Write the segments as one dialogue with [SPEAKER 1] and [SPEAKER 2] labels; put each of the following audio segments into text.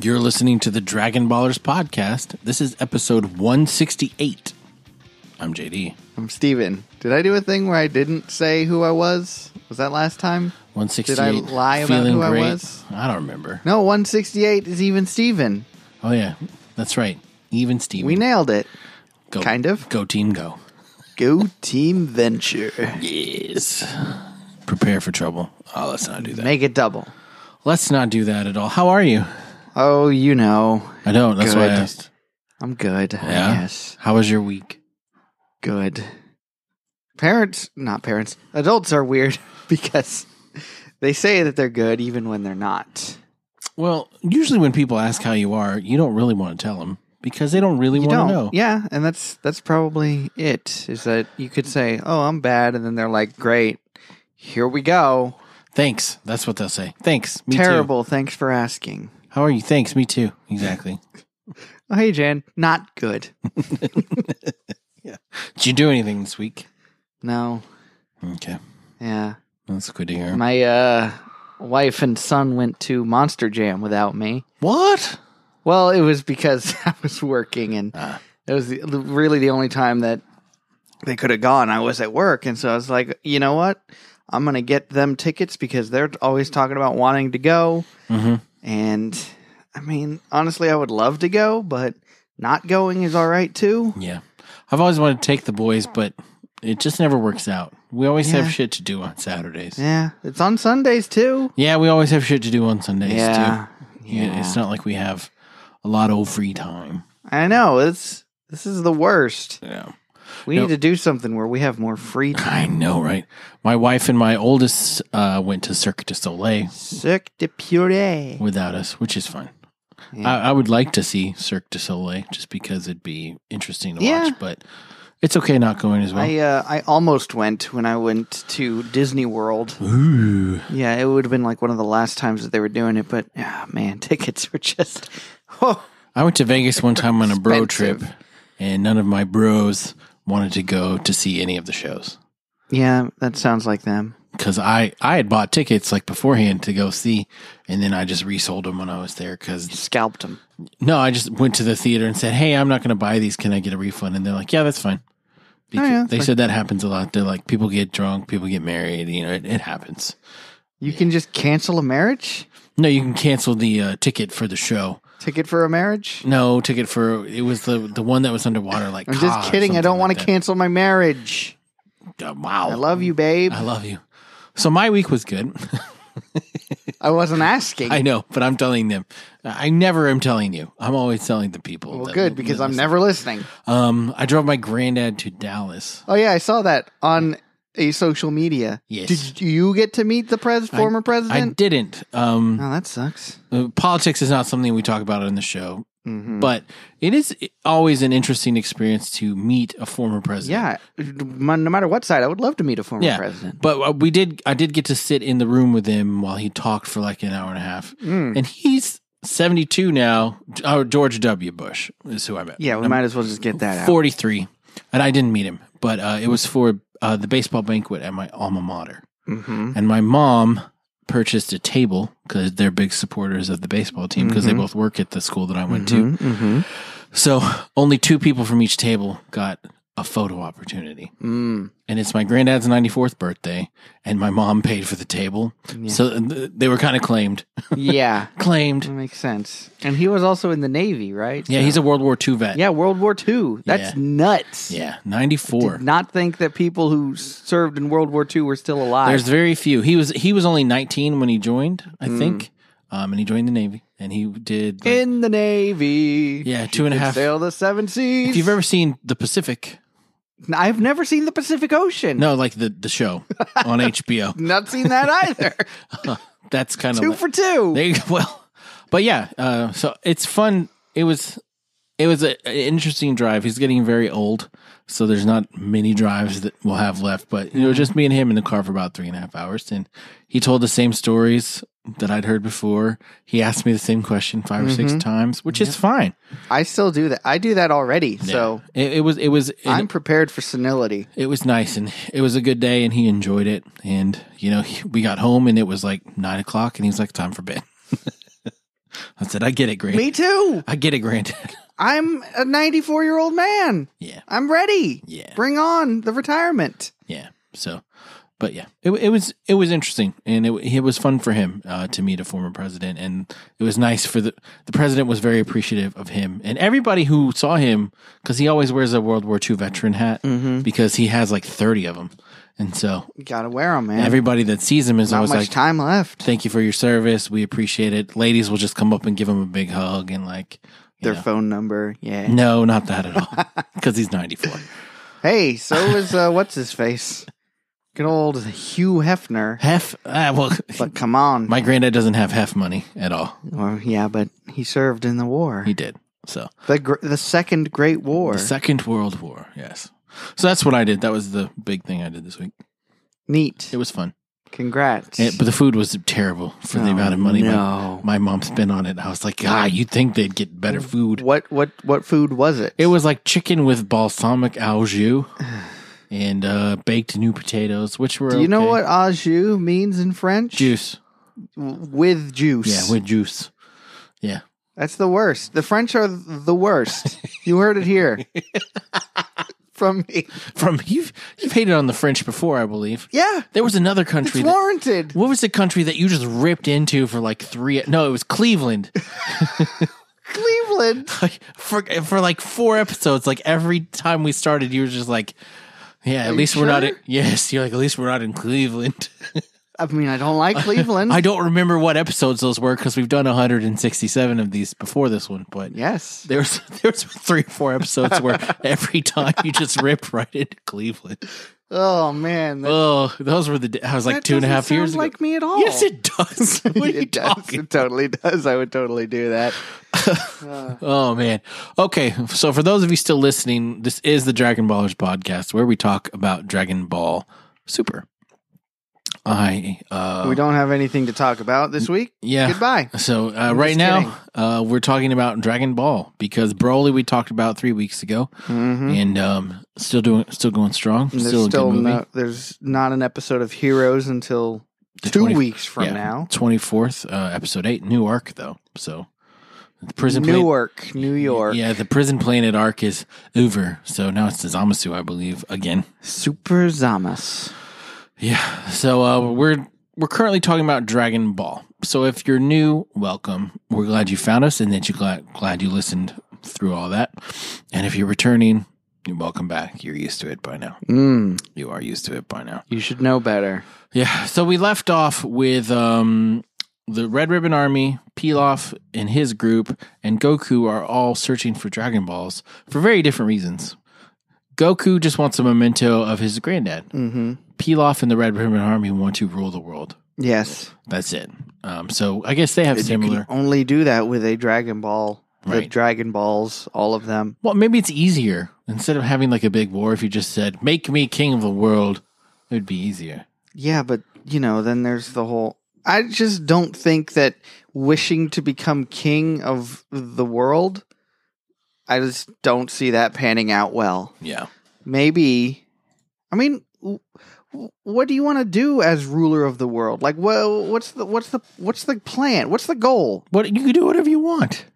[SPEAKER 1] You're listening to the Dragon Ballers podcast. This is episode 168. I'm JD.
[SPEAKER 2] I'm Steven. Did I do a thing where I didn't say who I was? Was that last time?
[SPEAKER 1] 168.
[SPEAKER 2] Did I lie about
[SPEAKER 1] Feeling
[SPEAKER 2] who I
[SPEAKER 1] great.
[SPEAKER 2] was?
[SPEAKER 1] I don't remember.
[SPEAKER 2] No, 168 is even Steven.
[SPEAKER 1] Oh, yeah. That's right. Even Steven.
[SPEAKER 2] We nailed it.
[SPEAKER 1] Go-
[SPEAKER 2] kind of.
[SPEAKER 1] Go team go.
[SPEAKER 2] Go Team Venture.
[SPEAKER 1] Yes. Prepare for trouble. Oh, let's not do that.
[SPEAKER 2] Make it double.
[SPEAKER 1] Let's not do that at all. How are you?
[SPEAKER 2] Oh, you know.
[SPEAKER 1] I don't. That's why I
[SPEAKER 2] Good.
[SPEAKER 1] asked.
[SPEAKER 2] I'm good.
[SPEAKER 1] Yeah?
[SPEAKER 2] Yes.
[SPEAKER 1] How was your week?
[SPEAKER 2] Good. Parents, not parents, adults are weird because they say that they're good even when they're not.
[SPEAKER 1] Well, usually when people ask how you are, you don't really want to tell them because they don't really
[SPEAKER 2] You
[SPEAKER 1] want
[SPEAKER 2] don't.
[SPEAKER 1] to know.
[SPEAKER 2] Yeah, and that's that's probably it. Is that you could say, "Oh, I'm bad," and then they're like, "Great, here we go."
[SPEAKER 1] Thanks. That's what they'll say. Thanks. Me too.
[SPEAKER 2] Terrible. Thanks for asking.
[SPEAKER 1] How are you? Thanks. Me too. Exactly.
[SPEAKER 2] Oh, hey, Jan. Not good.
[SPEAKER 1] Did you do anything this week?
[SPEAKER 2] No.
[SPEAKER 1] Okay.
[SPEAKER 2] Yeah.
[SPEAKER 1] That's good to hear.
[SPEAKER 2] My uh, wife and son went to Monster Jam without me.
[SPEAKER 1] what?
[SPEAKER 2] Well, it was because I was working, and
[SPEAKER 1] Ah.
[SPEAKER 2] it was the- really the only time that they could have gone. I was at work, and so I was like, you know what? I'm gonna get them tickets because they're always talking about wanting to go.
[SPEAKER 1] hmm
[SPEAKER 2] And I mean, honestly, I would love to go, but not going is all right too.
[SPEAKER 1] Yeah. I've always wanted to take the boys, but it just never works out. We always
[SPEAKER 2] Yeah.
[SPEAKER 1] have shit to do on Saturdays. Yeah.
[SPEAKER 2] Yeah, it's on Sundays too.
[SPEAKER 1] we always have shit to do on Sundays
[SPEAKER 2] yeah,
[SPEAKER 1] too. Yeah. It's not like we have a lot of free time.
[SPEAKER 2] I know. It's this is the worst.
[SPEAKER 1] Yeah.
[SPEAKER 2] We
[SPEAKER 1] No.
[SPEAKER 2] need to do something where we have more free
[SPEAKER 1] I
[SPEAKER 2] time.
[SPEAKER 1] know, right? My wife and my oldest uh, went to Cirque du Soleil
[SPEAKER 2] Cirque de puree.
[SPEAKER 1] without us, which is fun.
[SPEAKER 2] Yeah.
[SPEAKER 1] I, I would like to see Cirque du Soleil just because it'd be interesting to
[SPEAKER 2] Yeah.
[SPEAKER 1] watch, but it's okay not going as well.
[SPEAKER 2] I uh, I almost went when I went to Disney World.
[SPEAKER 1] Ooh.
[SPEAKER 2] Yeah, it would have been like one of the last times that they were doing it, but ah, man, tickets were just. Oh,
[SPEAKER 1] I went to Vegas one time on a bro trip,
[SPEAKER 2] Expensive.
[SPEAKER 1] and none of my bros wanted to go to see any of the shows
[SPEAKER 2] yeah, that sounds like them.
[SPEAKER 1] because I I had bought tickets like beforehand to go see, and then I just resold them when I was there because
[SPEAKER 2] Scalped them.
[SPEAKER 1] no, I just went to the theater and said, "Hey, I'm not going to buy these. Can I get a refund?" And they're like, "Yeah, that's fine." Because
[SPEAKER 2] Oh, yeah, that's
[SPEAKER 1] they
[SPEAKER 2] fine.
[SPEAKER 1] said that happens a lot. They're like, people get drunk, people get married. You know, it, it happens.
[SPEAKER 2] You can just cancel a marriage?
[SPEAKER 1] No, you can cancel the uh, ticket for the show.
[SPEAKER 2] Ticket for a marriage?
[SPEAKER 1] No ticket for it was the the one that was underwater. Like
[SPEAKER 2] I'm
[SPEAKER 1] Ka
[SPEAKER 2] just
[SPEAKER 1] or
[SPEAKER 2] kidding. I
[SPEAKER 1] something
[SPEAKER 2] don't want
[SPEAKER 1] like
[SPEAKER 2] to
[SPEAKER 1] that.
[SPEAKER 2] cancel my marriage.
[SPEAKER 1] Uh, wow,
[SPEAKER 2] I love you, babe.
[SPEAKER 1] I love you. So my week was good.
[SPEAKER 2] I wasn't asking.
[SPEAKER 1] I know, but I'm telling them. I never am telling you. I'm always telling the people.
[SPEAKER 2] well,
[SPEAKER 1] that-
[SPEAKER 2] good, because
[SPEAKER 1] that
[SPEAKER 2] I'm
[SPEAKER 1] listen.
[SPEAKER 2] never listening.
[SPEAKER 1] Um, I drove my granddad to Dallas.
[SPEAKER 2] Oh, yeah, I saw that on a social media.
[SPEAKER 1] Yes.
[SPEAKER 2] Did you get to meet the pres- former
[SPEAKER 1] I
[SPEAKER 2] president?
[SPEAKER 1] didn't. Um,
[SPEAKER 2] oh, that sucks.
[SPEAKER 1] uh, politics is not something we talk about on the show,
[SPEAKER 2] Mhm.
[SPEAKER 1] but it is always an interesting experience to meet a former president.
[SPEAKER 2] Yeah, no matter what side, I would love to meet a former
[SPEAKER 1] Yeah.
[SPEAKER 2] president.
[SPEAKER 1] But uh, we did. I did get to sit in the room with him while he talked for like an hour and a half.
[SPEAKER 2] Mm.
[SPEAKER 1] And he's 72 now. Oh, George W. Bush is who I met.
[SPEAKER 2] Yeah, we
[SPEAKER 1] I'm
[SPEAKER 2] might as well just get that out.
[SPEAKER 1] 43, and I didn't meet him, but uh, it was for uh, the baseball banquet at my alma mater.
[SPEAKER 2] Mhm.
[SPEAKER 1] Mm-hmm. And my mom purchased a table because they're big supporters of the baseball team because
[SPEAKER 2] Mm-hmm.
[SPEAKER 1] they both work at the school that I went to.
[SPEAKER 2] Mhm, mhm.
[SPEAKER 1] So only two people from each table got a photo opportunity
[SPEAKER 2] Mm.
[SPEAKER 1] and it's my granddad's 94th birthday and my mom paid for the table
[SPEAKER 2] Yeah.
[SPEAKER 1] so th- they were kind of claimed
[SPEAKER 2] yeah, that
[SPEAKER 1] claimed
[SPEAKER 2] makes sense. And he was also in the Navy, right?
[SPEAKER 1] yeah
[SPEAKER 2] So-
[SPEAKER 1] he's a world war ii vet
[SPEAKER 2] Yeah, World War II. That's
[SPEAKER 1] Yeah.
[SPEAKER 2] nuts.
[SPEAKER 1] yeah
[SPEAKER 2] Did
[SPEAKER 1] 94
[SPEAKER 2] not think that people who served in World War II were still alive.
[SPEAKER 1] there's very few he was he was only 19 when he joined i
[SPEAKER 2] Mm.
[SPEAKER 1] think um, and he joined the navy and he did like-
[SPEAKER 2] in the Navy.
[SPEAKER 1] Yeah,
[SPEAKER 2] she
[SPEAKER 1] two and a
[SPEAKER 2] could
[SPEAKER 1] half-
[SPEAKER 2] Sail the seven seas.
[SPEAKER 1] if you've ever seen the pacific
[SPEAKER 2] I've never seen the Pacific Ocean.
[SPEAKER 1] no like the the show on hbo
[SPEAKER 2] Not seen that either.
[SPEAKER 1] that's kind
[SPEAKER 2] two
[SPEAKER 1] of
[SPEAKER 2] for two.
[SPEAKER 1] There you go. Well, but yeah, uh, so it's fun. It was it was a, an interesting drive. He's getting very old, so there's not many drives that we'll have left. But it was just me and him in the car for about three and a half hours, and he told the same stories that I'd heard before. He asked me the same question 5 or
[SPEAKER 2] Mm-hmm.
[SPEAKER 1] six times, which is fine.
[SPEAKER 2] I still do that. I do that already. So
[SPEAKER 1] Yeah. it, it was it was it,
[SPEAKER 2] I'm prepared for senility.
[SPEAKER 1] it was nice, and it was a good day, and he enjoyed it. And you know, he, we got home, and it was like nine o'clock, and he was like, "Time for bed." I said, I get it, Grant.
[SPEAKER 2] Me too.
[SPEAKER 1] I get it, Granddad.
[SPEAKER 2] I'm a 94 year old man.
[SPEAKER 1] yeah,
[SPEAKER 2] I'm ready.
[SPEAKER 1] Yeah.
[SPEAKER 2] Bring on the retirement.
[SPEAKER 1] yeah. So, but yeah, it, it was it was interesting, and it it was fun for him uh, to meet a former president, and it was nice for the the president was very appreciative of him and everybody who saw him because he always wears a World War II veteran hat
[SPEAKER 2] Mm-hmm.
[SPEAKER 1] because he has like thirty of them, and so
[SPEAKER 2] You gotta wear them, man.
[SPEAKER 1] everybody that sees him is
[SPEAKER 2] Not
[SPEAKER 1] always
[SPEAKER 2] much
[SPEAKER 1] like,
[SPEAKER 2] time left.
[SPEAKER 1] "Thank you for your service, we appreciate it." Ladies will just come up and give him a big hug and like. you
[SPEAKER 2] Their
[SPEAKER 1] know.
[SPEAKER 2] phone number. Yeah.
[SPEAKER 1] No, not that at all. Because he's 94.
[SPEAKER 2] Hey, so is uh, what's his face? Good old Hugh Hefner.
[SPEAKER 1] Hef, ah, well,
[SPEAKER 2] But come on,
[SPEAKER 1] my granddad doesn't have half money at all.
[SPEAKER 2] Well, yeah, but he served in the war,
[SPEAKER 1] He did. So,
[SPEAKER 2] the gr- the Second Great War.
[SPEAKER 1] the Second World War, yes. So that's what I did. That was the big thing I did this week.
[SPEAKER 2] Neat.
[SPEAKER 1] It was fun.
[SPEAKER 2] Congrats.
[SPEAKER 1] And- but the food was terrible for the
[SPEAKER 2] Oh,
[SPEAKER 1] amount of money my-
[SPEAKER 2] no.
[SPEAKER 1] my, mom spent on it. I was like, ah, you'd think they'd get
[SPEAKER 2] Oh,
[SPEAKER 1] better food.
[SPEAKER 2] what what what food was it?
[SPEAKER 1] It was like chicken with balsamic au jus and uh, baked new potatoes, which were.
[SPEAKER 2] Do you know
[SPEAKER 1] okay.
[SPEAKER 2] what au jus means in French?
[SPEAKER 1] Juice.
[SPEAKER 2] W- with juice.
[SPEAKER 1] Yeah, with juice. Yeah.
[SPEAKER 2] That's the worst. The French are th- the worst. you heard it here from me.
[SPEAKER 1] From you've you've hated on the French before, I believe.
[SPEAKER 2] Yeah,
[SPEAKER 1] There was another country.
[SPEAKER 2] it's
[SPEAKER 1] that-
[SPEAKER 2] warranted.
[SPEAKER 1] what was the country that you just ripped into for like three? No, it was Cleveland.
[SPEAKER 2] Cleveland.
[SPEAKER 1] Like, for for like four episodes, like every time we started, you were just like, "Yeah, at
[SPEAKER 2] you
[SPEAKER 1] least we're not." In,
[SPEAKER 2] sure?
[SPEAKER 1] yes, you're like, "At least we're not in Cleveland."
[SPEAKER 2] I mean, I don't like Cleveland.
[SPEAKER 1] I don't remember what episodes those were because we've done 167 of these before this one, but
[SPEAKER 2] yes.
[SPEAKER 1] there's there's three or four episodes where every time you just ripped right into Cleveland.
[SPEAKER 2] Oh man, that,
[SPEAKER 1] Oh, those were the. da- I was like
[SPEAKER 2] that
[SPEAKER 1] two and a
[SPEAKER 2] doesn't
[SPEAKER 1] half years ago.
[SPEAKER 2] sound like me at all.
[SPEAKER 1] Yes, it does. What are you
[SPEAKER 2] it does.
[SPEAKER 1] talking?
[SPEAKER 2] It totally does. I would totally do that.
[SPEAKER 1] Oh man. Okay, so for those of you still listening, this is the Dragon Ballers podcast where we talk about Dragon Ball Super. I uh
[SPEAKER 2] we don't have anything to talk about this week.
[SPEAKER 1] yeah.
[SPEAKER 2] Goodbye.
[SPEAKER 1] So uh, right
[SPEAKER 2] just
[SPEAKER 1] now uh, we're talking about Dragon Ball because Broly we talked about three weeks ago
[SPEAKER 2] Mm-hmm.
[SPEAKER 1] and um, still doing still going strong
[SPEAKER 2] There's
[SPEAKER 1] still a
[SPEAKER 2] still
[SPEAKER 1] good movie
[SPEAKER 2] no, there's not an episode of Heroes until
[SPEAKER 1] The
[SPEAKER 2] two
[SPEAKER 1] 20
[SPEAKER 2] weeks from now.
[SPEAKER 1] twenty fourth uh, episode eight new arc though so the prison planet-
[SPEAKER 2] Newark, New York.
[SPEAKER 1] yeah the prison planet arc is over so now it's the Zamasu I believe again
[SPEAKER 2] Super Zamas.
[SPEAKER 1] Yeah. So uh, we're we're currently talking about Dragon Ball. So if you're new, welcome. We're glad you found us and that you glad glad you listened through all that. And if you're returning, you're welcome back. You're used to it by now.
[SPEAKER 2] Mm,
[SPEAKER 1] You are used to it by now.
[SPEAKER 2] you should know better.
[SPEAKER 1] Yeah. So we left off with um, the Red Ribbon Army, Pilaf and his group, and Goku are all searching for Dragon Balls for very different reasons. Goku just wants a memento of his granddad.
[SPEAKER 2] hmm
[SPEAKER 1] Pilaf and the Red Ribbon Army want to rule the world.
[SPEAKER 2] Yes.
[SPEAKER 1] That's it. Um, so I guess they have
[SPEAKER 2] You
[SPEAKER 1] similar.
[SPEAKER 2] can only do that with a Dragon Ball. The
[SPEAKER 1] Right.
[SPEAKER 2] Dragon Balls, all of them.
[SPEAKER 1] Well, maybe it's easier instead of having like a big war. If you just said, "Make me king of the world," it would be easier.
[SPEAKER 2] Yeah, but you know, then there's the whole. I just don't think that wishing to become king of the world, I just don't see that panning out well.
[SPEAKER 1] Yeah,
[SPEAKER 2] Maybe, I mean, w- w- what do you want to do as ruler of the world? Like, well, what's the what's the what's the plan? What's the goal?
[SPEAKER 1] what you can do whatever you want.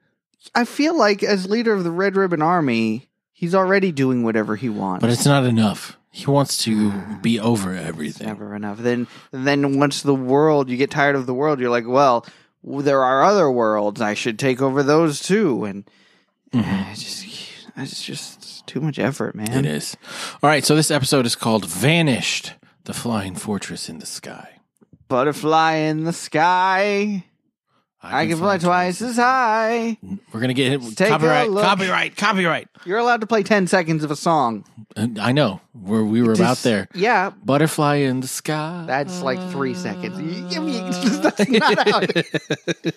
[SPEAKER 2] I feel like as leader of the Red Ribbon Army, he's already doing whatever he wants.
[SPEAKER 1] But it's not enough. He wants to be over everything.
[SPEAKER 2] never enough. Then then once the world you get tired of the world, you're like, well, w- there are other worlds. I should take over those too. And
[SPEAKER 1] Mhm.
[SPEAKER 2] I just it's just too much effort,
[SPEAKER 1] It
[SPEAKER 2] man.
[SPEAKER 1] is. All right. So this episode is called "Vanished: The Flying Fortress in the Sky."
[SPEAKER 2] Butterfly in the sky. I, can fly twice as high.
[SPEAKER 1] We're gonna get hit.
[SPEAKER 2] Take a
[SPEAKER 1] Copyright.
[SPEAKER 2] look.
[SPEAKER 1] Copyright. Copyright.
[SPEAKER 2] You're allowed to play ten seconds of a song.
[SPEAKER 1] And I know. Where we were about
[SPEAKER 2] Just-
[SPEAKER 1] there.
[SPEAKER 2] Yeah.
[SPEAKER 1] Butterfly in the sky.
[SPEAKER 2] That's like three seconds. Y- y- y- That's not how it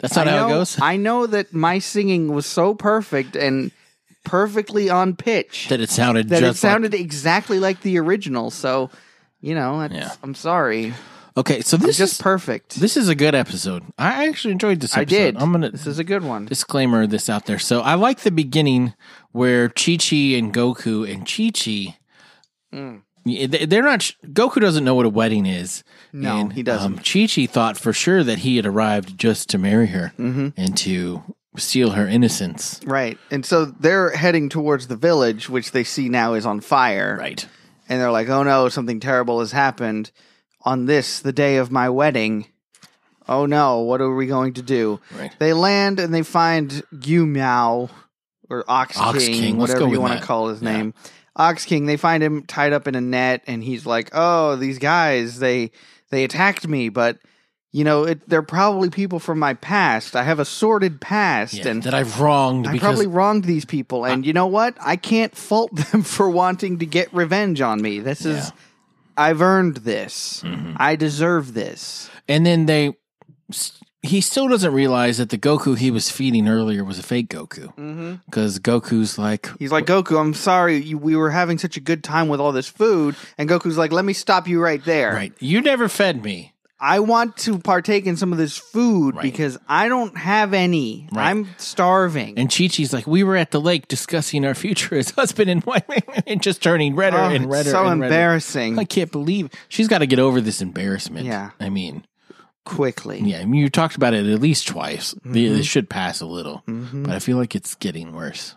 [SPEAKER 1] That's not
[SPEAKER 2] I
[SPEAKER 1] how
[SPEAKER 2] know,
[SPEAKER 1] it goes.
[SPEAKER 2] I know that my singing was so perfect and perfectly on pitch.
[SPEAKER 1] that it sounded
[SPEAKER 2] that
[SPEAKER 1] just
[SPEAKER 2] it sounded exactly like the original. So, you know, that's,
[SPEAKER 1] Yeah.
[SPEAKER 2] I'm sorry.
[SPEAKER 1] like, okay. So
[SPEAKER 2] It's
[SPEAKER 1] this
[SPEAKER 2] just
[SPEAKER 1] is
[SPEAKER 2] perfect.
[SPEAKER 1] this is a good episode. I actually enjoyed this.
[SPEAKER 2] I
[SPEAKER 1] episode.
[SPEAKER 2] did.
[SPEAKER 1] I'm gonna
[SPEAKER 2] This is a good one.
[SPEAKER 1] disclaimer this out there. So I like the beginning where Chi Chi and Goku and Chi Chi
[SPEAKER 2] Mm.
[SPEAKER 1] Yeah, they- They're not. sh- Goku doesn't know what a wedding is. um,
[SPEAKER 2] No, he doesn't.
[SPEAKER 1] Chi Chi thought for sure that he had arrived just to marry her
[SPEAKER 2] Mm-hmm.
[SPEAKER 1] and to steal her innocence.
[SPEAKER 2] Right. And so they're heading towards the village, which they see now is on fire.
[SPEAKER 1] Right.
[SPEAKER 2] And they're like, oh no, something terrible has happened on this, the day of my wedding. Oh no, what are we going to do?
[SPEAKER 1] Right.
[SPEAKER 2] They land and they find Yu Miao or Ox,
[SPEAKER 1] Ox
[SPEAKER 2] King,
[SPEAKER 1] King, let's
[SPEAKER 2] whatever
[SPEAKER 1] go
[SPEAKER 2] you
[SPEAKER 1] with
[SPEAKER 2] want
[SPEAKER 1] that.
[SPEAKER 2] to call his
[SPEAKER 1] Yeah.
[SPEAKER 2] name. Ox King, they find him tied up in a net and he's like, "Oh, these guys, they they attacked me, but you know, it, they're probably people from my past. I have a sordid past
[SPEAKER 1] Yeah,
[SPEAKER 2] and
[SPEAKER 1] that I've wronged
[SPEAKER 2] I
[SPEAKER 1] because
[SPEAKER 2] probably wronged these people, and you know what? I can't fault them for wanting to get revenge on me. This is, I've earned this.
[SPEAKER 1] Mm-hmm.
[SPEAKER 2] I deserve this.
[SPEAKER 1] and then they. He still doesn't realize that the Goku he was feeding earlier was a fake Goku
[SPEAKER 2] Mm-hmm.
[SPEAKER 1] because Goku's like,
[SPEAKER 2] He's like, Goku, I'm sorry. You, we were having such a good time with all this food. And Goku's like, let me stop you right there.
[SPEAKER 1] right, you never fed me.
[SPEAKER 2] I want to partake in some of this food
[SPEAKER 1] Right.
[SPEAKER 2] because I don't have any.
[SPEAKER 1] Right.
[SPEAKER 2] I'm starving.
[SPEAKER 1] And Chi Chi's like, we were at the lake discussing our future as husband and wife, and just turning redder
[SPEAKER 2] Oh,
[SPEAKER 1] and
[SPEAKER 2] it's
[SPEAKER 1] redder.
[SPEAKER 2] so
[SPEAKER 1] and redder.
[SPEAKER 2] embarrassing.
[SPEAKER 1] I can't believe she's got to get over this embarrassment.
[SPEAKER 2] Yeah.
[SPEAKER 1] I mean,
[SPEAKER 2] quickly.
[SPEAKER 1] yeah, I mean, you talked about it at least twice. The
[SPEAKER 2] Mm-hmm.
[SPEAKER 1] It should pass a little,
[SPEAKER 2] Mhm.
[SPEAKER 1] but I feel like it's getting worse.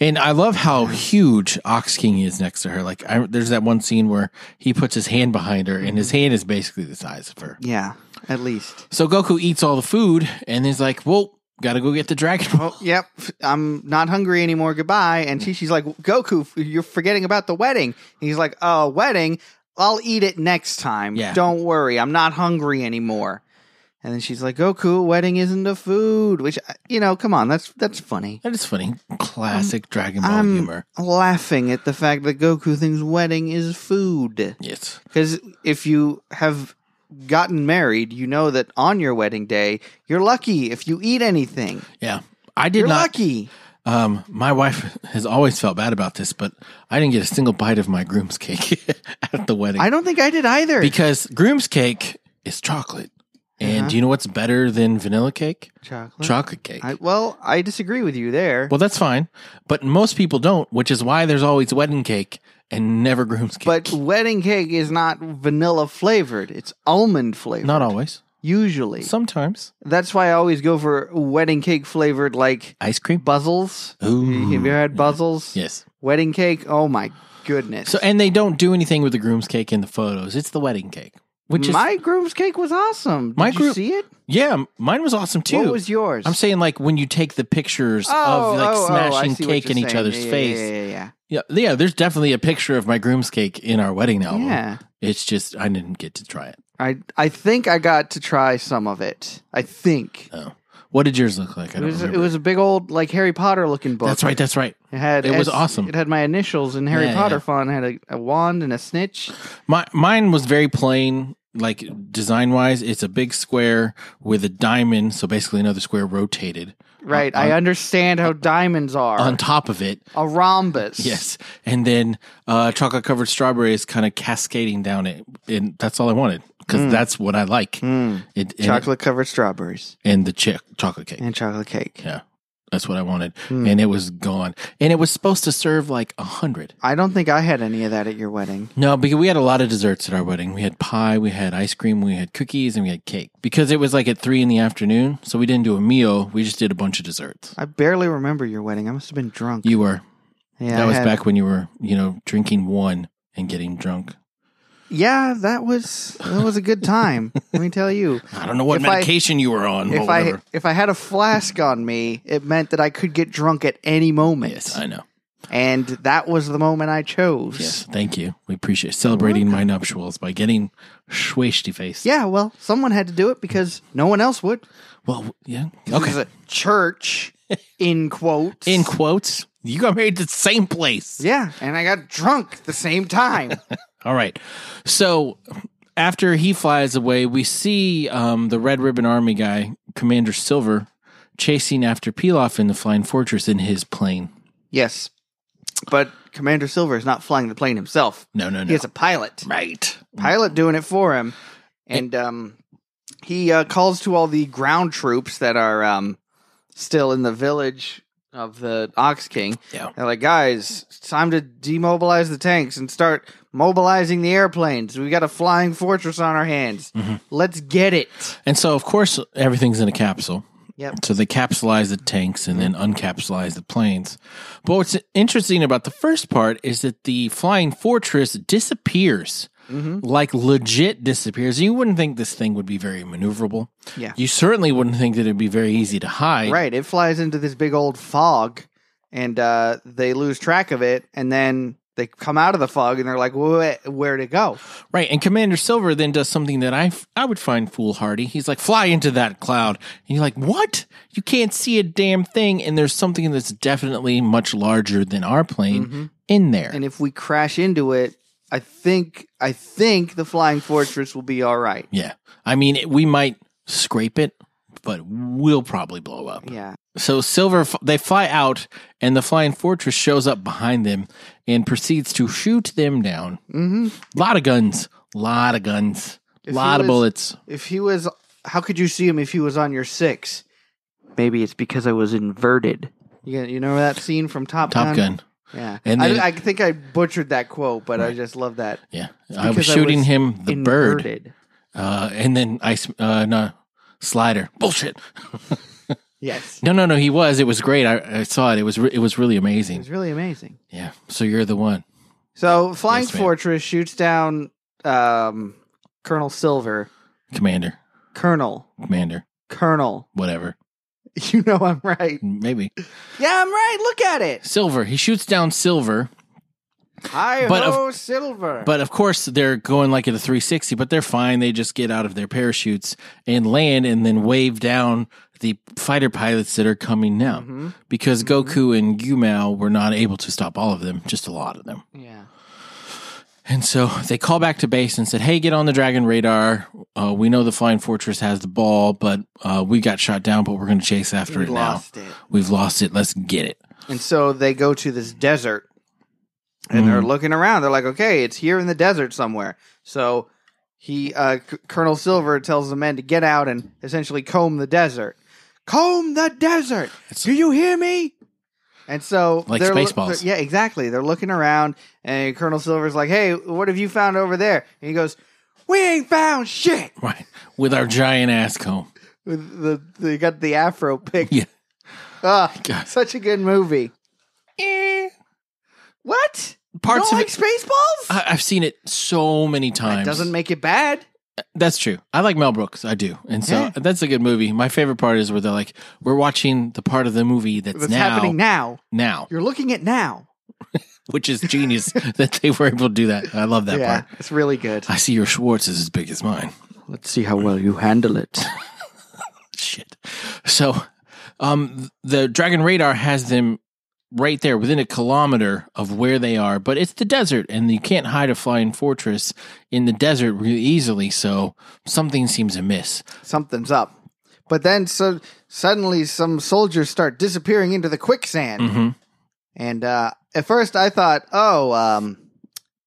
[SPEAKER 1] And I love how huge Ox King is next to her. Like, I, there's that one scene where he puts his hand behind her, and his
[SPEAKER 2] Mm-hmm.
[SPEAKER 1] hand is basically the size of her.
[SPEAKER 2] Yeah, at least.
[SPEAKER 1] So Goku eats all the food, and he's like, "Well, gotta go get the Dragon Ball."
[SPEAKER 2] Oh, yep. I'm not hungry anymore. Goodbye. And Chi-Chi's like, Goku, f- you're forgetting about the wedding. And he's like, Oh, wedding? I'll eat it next time.
[SPEAKER 1] Yeah.
[SPEAKER 2] Don't worry. I'm not hungry anymore. And then she's like, Goku, wedding isn't a food. Which, uh, you know, come on. That's that's funny.
[SPEAKER 1] That is funny.
[SPEAKER 2] Um,
[SPEAKER 1] Classic Dragon Ball
[SPEAKER 2] I'm
[SPEAKER 1] humor.
[SPEAKER 2] laughing at the fact that Goku thinks wedding is food.
[SPEAKER 1] Yes.
[SPEAKER 2] Because if you have gotten married, you know that on your wedding day, you're lucky if you eat anything.
[SPEAKER 1] Yeah. I did
[SPEAKER 2] You're
[SPEAKER 1] not.
[SPEAKER 2] lucky.
[SPEAKER 1] Um, my wife has always felt bad about this, but I didn't get a single bite of my groom's cake at the wedding
[SPEAKER 2] I don't think I did either.
[SPEAKER 1] because groom's cake is chocolate.
[SPEAKER 2] Uh-huh.
[SPEAKER 1] And do you know what's better than vanilla cake?
[SPEAKER 2] Chocolate.
[SPEAKER 1] Chocolate cake.
[SPEAKER 2] I, well, I disagree with you there.
[SPEAKER 1] well, that's fine, but most people don't, which is why there's always wedding cake and never groom's cake.
[SPEAKER 2] but wedding cake is not vanilla flavored; it's almond flavored.
[SPEAKER 1] not always.
[SPEAKER 2] usually.
[SPEAKER 1] Sometimes
[SPEAKER 2] That's why I always go for wedding cake flavored, like
[SPEAKER 1] ice cream.
[SPEAKER 2] buzzles.
[SPEAKER 1] Ooh.
[SPEAKER 2] Have you ever had buzzles?
[SPEAKER 1] Yes.
[SPEAKER 2] Wedding cake. Oh my goodness!
[SPEAKER 1] So, and they don't do anything with the groom's cake in the photos. It's the wedding cake, which is
[SPEAKER 2] my groom's cake was awesome. Did
[SPEAKER 1] My
[SPEAKER 2] you
[SPEAKER 1] groom-
[SPEAKER 2] see it?
[SPEAKER 1] yeah, m- mine was awesome too.
[SPEAKER 2] What was yours?
[SPEAKER 1] I'm saying like when you take the pictures
[SPEAKER 2] Oh,
[SPEAKER 1] of like
[SPEAKER 2] oh, oh, I
[SPEAKER 1] smashing
[SPEAKER 2] see what
[SPEAKER 1] cake
[SPEAKER 2] you're
[SPEAKER 1] in each
[SPEAKER 2] saying.
[SPEAKER 1] other's
[SPEAKER 2] Yeah, yeah,
[SPEAKER 1] face. Yeah,
[SPEAKER 2] Yeah, yeah, yeah.
[SPEAKER 1] yeah, there's definitely a picture of my groom's cake in our wedding album.
[SPEAKER 2] Yeah.
[SPEAKER 1] It's just I didn't get to try it.
[SPEAKER 2] I I think I got to try some of it. I think
[SPEAKER 1] Oh. What did yours look like? I
[SPEAKER 2] it
[SPEAKER 1] don't
[SPEAKER 2] was
[SPEAKER 1] remember.
[SPEAKER 2] it was a big old like Harry Potter looking book.
[SPEAKER 1] that's right, that's right.
[SPEAKER 2] It had
[SPEAKER 1] It was
[SPEAKER 2] S-
[SPEAKER 1] awesome.
[SPEAKER 2] It had my initials in Harry
[SPEAKER 1] Yeah,
[SPEAKER 2] Potter
[SPEAKER 1] yeah.
[SPEAKER 2] font. It had a, a wand and a snitch.
[SPEAKER 1] My mine was very plain, like design wise. It's a big square with a diamond, so basically another square rotated
[SPEAKER 2] Right. I understand how diamonds are.
[SPEAKER 1] on top of it.
[SPEAKER 2] a rhombus.
[SPEAKER 1] Yes. And then uh, chocolate covered strawberries kind of cascading down it. And that's all I wanted because
[SPEAKER 2] Mm.
[SPEAKER 1] that's what I like. It, and-
[SPEAKER 2] Chocolate covered strawberries
[SPEAKER 1] and the chick chocolate cake.
[SPEAKER 2] and chocolate cake.
[SPEAKER 1] Yeah, that's what I wanted,
[SPEAKER 2] Mm.
[SPEAKER 1] and it was gone. And it was supposed to serve like a hundred.
[SPEAKER 2] I don't think I had any of that at your wedding.
[SPEAKER 1] No, because we had a lot of desserts at our wedding. We had pie, we had ice cream, we had cookies, and we had cake. Because it was like at three in the afternoon, so we didn't do a meal. We just did a bunch of desserts.
[SPEAKER 2] I barely remember your wedding. I must have been drunk.
[SPEAKER 1] You were
[SPEAKER 2] yeah,
[SPEAKER 1] that
[SPEAKER 2] I
[SPEAKER 1] was
[SPEAKER 2] had-
[SPEAKER 1] back when you were you know drinking one and getting drunk.
[SPEAKER 2] Yeah, that was that was a good time. let me tell you.
[SPEAKER 1] I don't know what
[SPEAKER 2] If I-
[SPEAKER 1] medication you were on. but
[SPEAKER 2] If I
[SPEAKER 1] whatever.
[SPEAKER 2] if I had a flask on me, it meant that I could get drunk at any moment,
[SPEAKER 1] yes, I know.
[SPEAKER 2] and that was the moment I chose.
[SPEAKER 1] Yes, thank you. We appreciate celebrating my nuptials by getting shwasty face.
[SPEAKER 2] Yeah, well, someone had to do it because no one else would.
[SPEAKER 1] Well, yeah.
[SPEAKER 2] Okay.
[SPEAKER 1] Okay.
[SPEAKER 2] This is a church in quotes.
[SPEAKER 1] in quotes. You got married to the same place.
[SPEAKER 2] yeah, and I got drunk the same time.
[SPEAKER 1] All right. So after he flies away, we see um, the Red Ribbon Army guy, Commander Silver, chasing after Pilaf in the Flying Fortress in his plane.
[SPEAKER 2] yes. But Commander Silver is not flying the plane himself.
[SPEAKER 1] No, no,
[SPEAKER 2] He
[SPEAKER 1] no.
[SPEAKER 2] has a pilot.
[SPEAKER 1] right.
[SPEAKER 2] Pilot doing it for him. And um he uh, calls to all the ground troops that are um still in the village of the Ox King.
[SPEAKER 1] Yeah.
[SPEAKER 2] They're like, guys, it's time to demobilize the tanks and start mobilizing the airplanes. We got a flying fortress on our hands. Let's get it.
[SPEAKER 1] And so, of course, everything's in a capsule.
[SPEAKER 2] Yep.
[SPEAKER 1] So they capsulize the tanks and then uncapsulize the planes. But what's interesting about the first part is that the flying fortress disappears,
[SPEAKER 2] Mm-hmm.
[SPEAKER 1] like legit disappears. You wouldn't think this thing would be very maneuverable.
[SPEAKER 2] Yeah.
[SPEAKER 1] You certainly wouldn't think that it'd be very easy to hide.
[SPEAKER 2] Right. It flies into this big old fog and uh, they lose track of it. And then they come out of the fog and they're like, "Wh- where'd it go?
[SPEAKER 1] Right. And Commander Silver then does something that I, f- I would find foolhardy. He's like, fly into that cloud. And you're like, what? You can't see a damn thing. And there's something that's definitely much larger than our plane in there.
[SPEAKER 2] Mm-hmm. And if we crash into it, I think I think the flying fortress will be all right.
[SPEAKER 1] Yeah. I mean, it- we might scrape it, but we'll probably blow up.
[SPEAKER 2] Yeah.
[SPEAKER 1] So Silver, f- they fly out, and the Flying Fortress shows up behind them and proceeds to shoot them down.
[SPEAKER 2] hmm
[SPEAKER 1] lot of guns. lot of guns.
[SPEAKER 2] If
[SPEAKER 1] lot
[SPEAKER 2] he
[SPEAKER 1] of
[SPEAKER 2] was-
[SPEAKER 1] bullets.
[SPEAKER 2] If he was, how could you see him if he was on your six? Maybe it's because I was inverted. You, you know that scene from Top,
[SPEAKER 1] Top Gun.
[SPEAKER 2] Yeah.
[SPEAKER 1] And
[SPEAKER 2] I,
[SPEAKER 1] then-
[SPEAKER 2] I think I butchered that quote, but I just love that.
[SPEAKER 1] Yeah. I was
[SPEAKER 2] because I
[SPEAKER 1] shooting
[SPEAKER 2] was
[SPEAKER 1] him the bird.
[SPEAKER 2] inverted.
[SPEAKER 1] Uh, and then I, s- uh, no, slider. Bullshit.
[SPEAKER 2] Yes.
[SPEAKER 1] No, no, no. He was. It was great. I, I saw it. It was, re- it was really amazing.
[SPEAKER 2] It's really amazing.
[SPEAKER 1] Yeah. So you're the one.
[SPEAKER 2] So Flying
[SPEAKER 1] Yes, ma'am.
[SPEAKER 2] Fortress shoots down um, Colonel Silver.
[SPEAKER 1] Commander.
[SPEAKER 2] Colonel.
[SPEAKER 1] Commander.
[SPEAKER 2] Colonel.
[SPEAKER 1] Whatever.
[SPEAKER 2] You know I'm right.
[SPEAKER 1] Maybe.
[SPEAKER 2] Yeah, I'm right. Look at it.
[SPEAKER 1] Silver. He shoots down Silver,
[SPEAKER 2] Hi
[SPEAKER 1] But of-
[SPEAKER 2] ho, Silver.
[SPEAKER 1] but of course they're going like at a 360, but they're fine. They just get out of their parachutes and land and then wave down the fighter pilots that are coming now
[SPEAKER 2] Mhm.
[SPEAKER 1] because Goku and Yumao were not able to stop all of them, just a lot of them.
[SPEAKER 2] yeah.
[SPEAKER 1] And so they call back to base and said, Hey, get on the Dragon radar. Uh, we know the Flying Fortress has the ball, but uh, we got shot down, but we're going to chase after
[SPEAKER 2] We
[SPEAKER 1] it
[SPEAKER 2] lost
[SPEAKER 1] now.
[SPEAKER 2] it.
[SPEAKER 1] We've lost it. Let's get it.
[SPEAKER 2] And so they go to this desert and
[SPEAKER 1] Mm.
[SPEAKER 2] they're looking around. They're like, okay, it's here in the desert somewhere. So he, uh, C- Colonel Silver tells the men to get out and essentially comb the desert. Comb the desert.
[SPEAKER 1] It's-
[SPEAKER 2] Do you hear me? And so,
[SPEAKER 1] Like
[SPEAKER 2] they're loo-
[SPEAKER 1] Spaceballs.
[SPEAKER 2] they're- yeah, exactly. They're looking around, and Colonel Silver's like, "Hey, what have you found over there?" And he goes, "We ain't found shit."
[SPEAKER 1] Right. With our giant ass comb.
[SPEAKER 2] With the they got the afro pick.
[SPEAKER 1] Yeah.
[SPEAKER 2] Ah,
[SPEAKER 1] God.
[SPEAKER 2] such a good movie. What?
[SPEAKER 1] Eh. Parts
[SPEAKER 2] Don't
[SPEAKER 1] of
[SPEAKER 2] like
[SPEAKER 1] it-
[SPEAKER 2] Spaceballs?
[SPEAKER 1] I, I've seen it so many times.
[SPEAKER 2] That doesn't make it bad.
[SPEAKER 1] That's true. I like Mel Brooks. I do, and so
[SPEAKER 2] Yeah.
[SPEAKER 1] that's a good movie. My favorite part is where they're like, we're watching the part of the movie that's,
[SPEAKER 2] That's
[SPEAKER 1] now,
[SPEAKER 2] happening now.
[SPEAKER 1] now,
[SPEAKER 2] You're looking at now.
[SPEAKER 1] which is genius that they were able to do that. I love that part.
[SPEAKER 2] it's really good.
[SPEAKER 1] I see your Schwartz is as big as mine.
[SPEAKER 2] Let's see how well you handle it.
[SPEAKER 1] Shit. So, um, the Dragon Radar has them right there within a kilometer of where they are, but it's the desert, and you can't hide a flying fortress in the desert really easily. So something seems amiss.
[SPEAKER 2] Something's up. But then so suddenly some soldiers start disappearing into the quicksand.
[SPEAKER 1] Mm-hmm.
[SPEAKER 2] And uh, at first I thought, oh, um,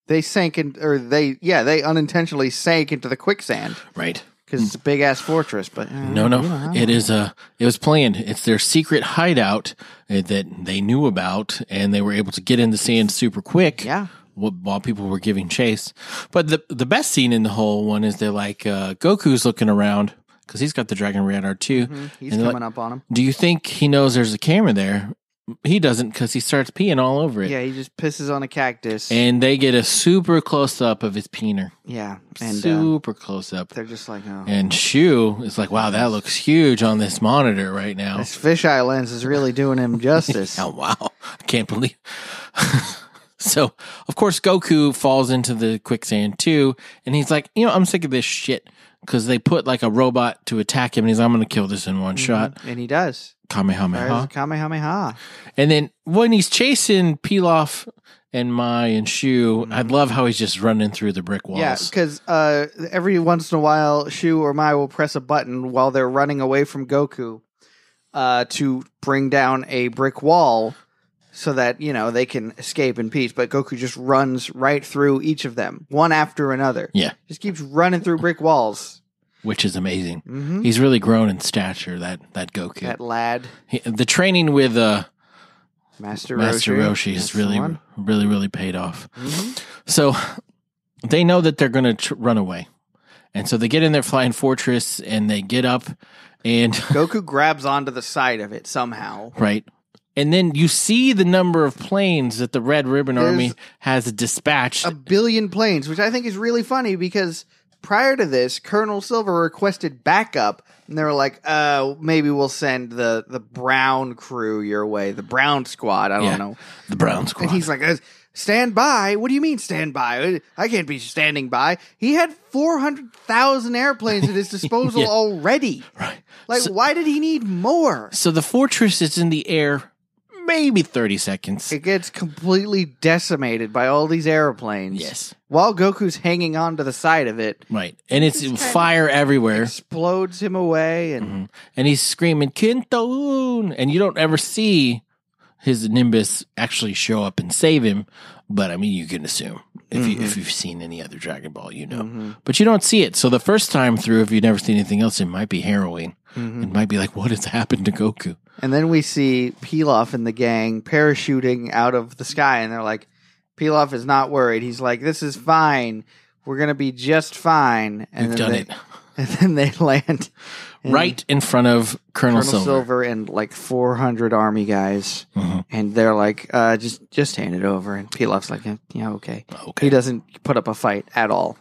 [SPEAKER 2] they sank in, or they, yeah, they unintentionally sank into the quicksand
[SPEAKER 1] Right.
[SPEAKER 2] because it's a big ass fortress. But uh,
[SPEAKER 1] No,
[SPEAKER 2] you know,
[SPEAKER 1] no,
[SPEAKER 2] I
[SPEAKER 1] it is a. It was planned. It's their secret hideout uh, that they knew about, and they were able to get in the sand super quick.
[SPEAKER 2] Yeah.
[SPEAKER 1] wh- While people were giving chase, but the the best scene in the whole one is they're like uh, Goku's looking around because he's got the Dragon Radar too.
[SPEAKER 2] he's
[SPEAKER 1] and they're
[SPEAKER 2] coming
[SPEAKER 1] like,
[SPEAKER 2] up on him.
[SPEAKER 1] Do you think he knows there's a camera there? He doesn't because he starts peeing all over it.
[SPEAKER 2] Yeah, he just pisses on a cactus.
[SPEAKER 1] And they get a super close up of his peener,
[SPEAKER 2] yeah, and uh,
[SPEAKER 1] super close up.
[SPEAKER 2] they're just like, oh.
[SPEAKER 1] And Shu is like, "Wow, that looks huge on this monitor right now."
[SPEAKER 2] This fisheye lens is really doing him justice.
[SPEAKER 1] Oh wow! I can't believe. so of course Goku falls into the quicksand too, and he's like, you know, I'm sick of this shit because they put like a robot to attack him, and he's, I'm going to kill this in one shot,
[SPEAKER 2] And he does.
[SPEAKER 1] Kamehameha.
[SPEAKER 2] There's Kamehameha.
[SPEAKER 1] And then when he's chasing Pilaf and Mai and Shu, I love how he's just running through the brick walls.
[SPEAKER 2] Yeah, because uh, every once in a while, Shu or Mai will press a button while they're running away from Goku uh, to bring down a brick wall so that, you know, they can escape in peace. But Goku just runs right through each of them, one after another.
[SPEAKER 1] Yeah.
[SPEAKER 2] Just keeps running through brick walls.
[SPEAKER 1] which is amazing.
[SPEAKER 2] Mm-hmm.
[SPEAKER 1] He's really grown in stature. That that Goku.
[SPEAKER 2] That lad.
[SPEAKER 1] He- the training with uh
[SPEAKER 2] Master,
[SPEAKER 1] Master Roshi
[SPEAKER 2] That's
[SPEAKER 1] has
[SPEAKER 2] the
[SPEAKER 1] really,
[SPEAKER 2] one.
[SPEAKER 1] really, really paid off.
[SPEAKER 2] Mhm.
[SPEAKER 1] So they know that they're going to tr- run away. And so they get in their flying fortress and they get up and
[SPEAKER 2] Goku grabs onto the side of it somehow.
[SPEAKER 1] right. And then you see the number of planes that the Red Ribbon
[SPEAKER 2] There's
[SPEAKER 1] Army has dispatched.
[SPEAKER 2] a billion planes, which I think is really funny because prior to this, Colonel Silver requested backup, and they were like, "Uh, maybe we'll send the the Brown crew your way, the Brown Squad." I don't
[SPEAKER 1] Yeah.
[SPEAKER 2] know,
[SPEAKER 1] the Brown Squad.
[SPEAKER 2] and he's like, "Uh, "Stand by? What do you mean stand by? Uh, I can't be standing by." He had four hundred thousand airplanes at his disposal
[SPEAKER 1] Yeah.
[SPEAKER 2] already.
[SPEAKER 1] right.
[SPEAKER 2] Like,
[SPEAKER 1] So-
[SPEAKER 2] why did he need more?
[SPEAKER 1] So the fortress is in the air maybe 30 seconds.
[SPEAKER 2] It gets completely decimated by all these airplanes.
[SPEAKER 1] Yes.
[SPEAKER 2] While Goku's hanging on to the side of it,
[SPEAKER 1] Right. And it's,
[SPEAKER 2] It's kind of-
[SPEAKER 1] fire everywhere.
[SPEAKER 2] explodes him away and
[SPEAKER 1] Mhm. And he's screaming, Kintoon! And you don't ever see his Nimbus actually show up and save him. But I mean, you can assume if, you,
[SPEAKER 2] Mm-hmm.
[SPEAKER 1] if you've seen any other Dragon Ball, you know. But you don't see it. So the first time through, if you've never seen anything else, it might be harrowing.
[SPEAKER 2] Mm-hmm.
[SPEAKER 1] It might be like, what has happened to Goku?
[SPEAKER 2] And then we see Pilaf and the gang parachuting out of the sky, and they're like, Pilaf is not worried. He's like, this is fine. We're going to be just fine. And
[SPEAKER 1] We've
[SPEAKER 2] then
[SPEAKER 1] done
[SPEAKER 2] they,
[SPEAKER 1] it.
[SPEAKER 2] And then they land in
[SPEAKER 1] Right in front of Colonel,
[SPEAKER 2] Colonel
[SPEAKER 1] Silver. Mm-hmm.
[SPEAKER 2] Silver. and like 400 army guys. And they're like, uh, just just hand it over. And Pilaf's like, yeah, yeah, okay. He
[SPEAKER 1] Okay. Mm-hmm.
[SPEAKER 2] doesn't put up a fight at all.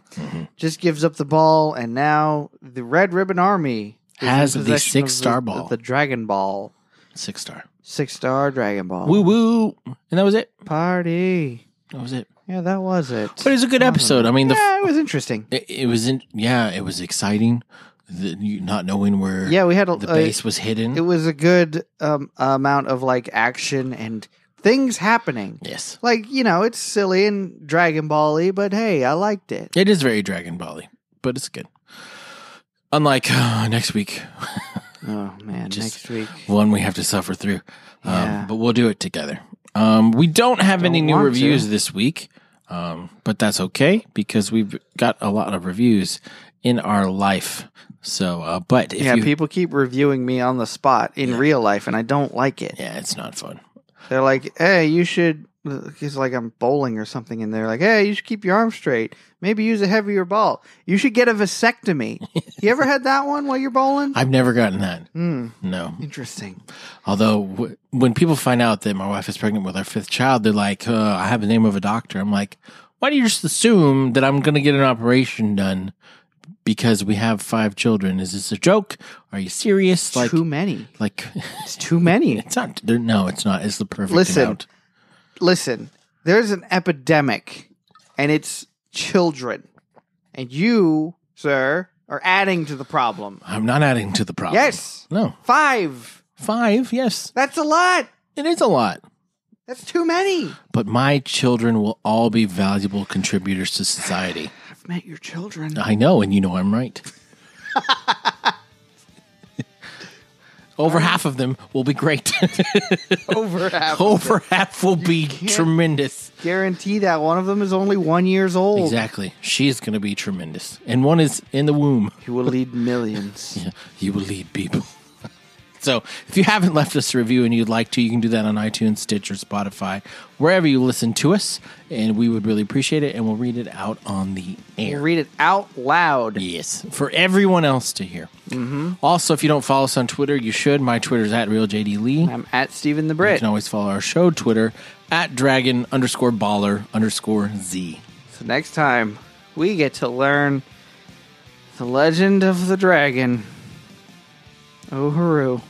[SPEAKER 2] Just gives up the ball, and now the Red Ribbon Army is in
[SPEAKER 1] Has the
[SPEAKER 2] possession of
[SPEAKER 1] six-star ball.
[SPEAKER 2] the Dragon Ball,
[SPEAKER 1] Six star.
[SPEAKER 2] six star Dragon Ball.
[SPEAKER 1] Woo woo. And that was it.
[SPEAKER 2] Party.
[SPEAKER 1] That was it.
[SPEAKER 2] Yeah, that was it.
[SPEAKER 1] But it was a good episode. I mean, the,
[SPEAKER 2] yeah, it was interesting.
[SPEAKER 1] It, it was in, yeah, it was exciting. The, you not knowing where
[SPEAKER 2] Yeah, we had a,
[SPEAKER 1] the
[SPEAKER 2] a-
[SPEAKER 1] base was hidden.
[SPEAKER 2] it was a good um, amount of like action and things happening.
[SPEAKER 1] yes,
[SPEAKER 2] Like you know, it's silly and Dragon Ball-y, but hey, I liked it.
[SPEAKER 1] it is very Dragon Ball, but it's good. Unlike uh, next week,
[SPEAKER 2] Oh man,
[SPEAKER 1] Just-
[SPEAKER 2] next week.
[SPEAKER 1] one we have to suffer through, um,
[SPEAKER 2] Yeah.
[SPEAKER 1] but we'll do it together. Um, we don't have any
[SPEAKER 2] Don't
[SPEAKER 1] new
[SPEAKER 2] want
[SPEAKER 1] reviews
[SPEAKER 2] to.
[SPEAKER 1] this week, um, but that's okay because we've got a lot of reviews in our life. So, uh, but if
[SPEAKER 2] yeah,
[SPEAKER 1] you,
[SPEAKER 2] people keep reviewing me on the spot in real life, and I don't like it.
[SPEAKER 1] yeah, it's not fun.
[SPEAKER 2] They're like, "Hey, you should." It's like I'm bowling or something, and they're like, "Hey, you should keep your arm straight. Maybe use a heavier ball. You should get a vasectomy." you ever had that one while you're bowling?
[SPEAKER 1] I've never gotten that.
[SPEAKER 2] Hmm.
[SPEAKER 1] No,
[SPEAKER 2] Interesting.
[SPEAKER 1] Although, w- when people find out that my wife is pregnant with our fifth child, they're like, uh, I have the name of a doctor. I'm like, why do you just assume that I'm going to get an operation done because we have five children? Is this a joke? Are you serious? Like,
[SPEAKER 2] too many.
[SPEAKER 1] like
[SPEAKER 2] It's too many.
[SPEAKER 1] it's not, they're- no, it's not. It's the perfect
[SPEAKER 2] Listen.
[SPEAKER 1] amount.
[SPEAKER 2] Listen, there's an epidemic, and it's children, and you, sir, are adding to the problem.
[SPEAKER 1] I'm not adding to the problem.
[SPEAKER 2] Yes,
[SPEAKER 1] No.
[SPEAKER 2] five.
[SPEAKER 1] Five. Yes.
[SPEAKER 2] That's a lot.
[SPEAKER 1] It is a lot.
[SPEAKER 2] That's too many.
[SPEAKER 1] But my children will all be valuable contributors to society.
[SPEAKER 2] I've met your children.
[SPEAKER 1] I know, and you know I'm right. Over half of them will be great.
[SPEAKER 2] Over half.
[SPEAKER 1] Over half will be tremendous.
[SPEAKER 2] Guarantee that one of them is only one years old.
[SPEAKER 1] Exactly. She's going to be tremendous. And one is in the womb.
[SPEAKER 2] He will lead millions.
[SPEAKER 1] Yeah, you will lead people. so if you haven't left us a review and you'd like to, you can do that on iTunes, Stitcher, Spotify, wherever you listen to us. And we would really appreciate it. And we'll read it out on the air.
[SPEAKER 2] You read it out loud.
[SPEAKER 1] Yes, for everyone else to hear. Mm-hmm. Also, if you don't follow us on Twitter, you should. My Twitter's at realjdlee. You
[SPEAKER 2] I'm at Stephen the Brit.
[SPEAKER 1] can always follow our show Twitter at dragon underscore baller underscore z.
[SPEAKER 2] So next time we get to learn the legend of the dragon. Uhuru.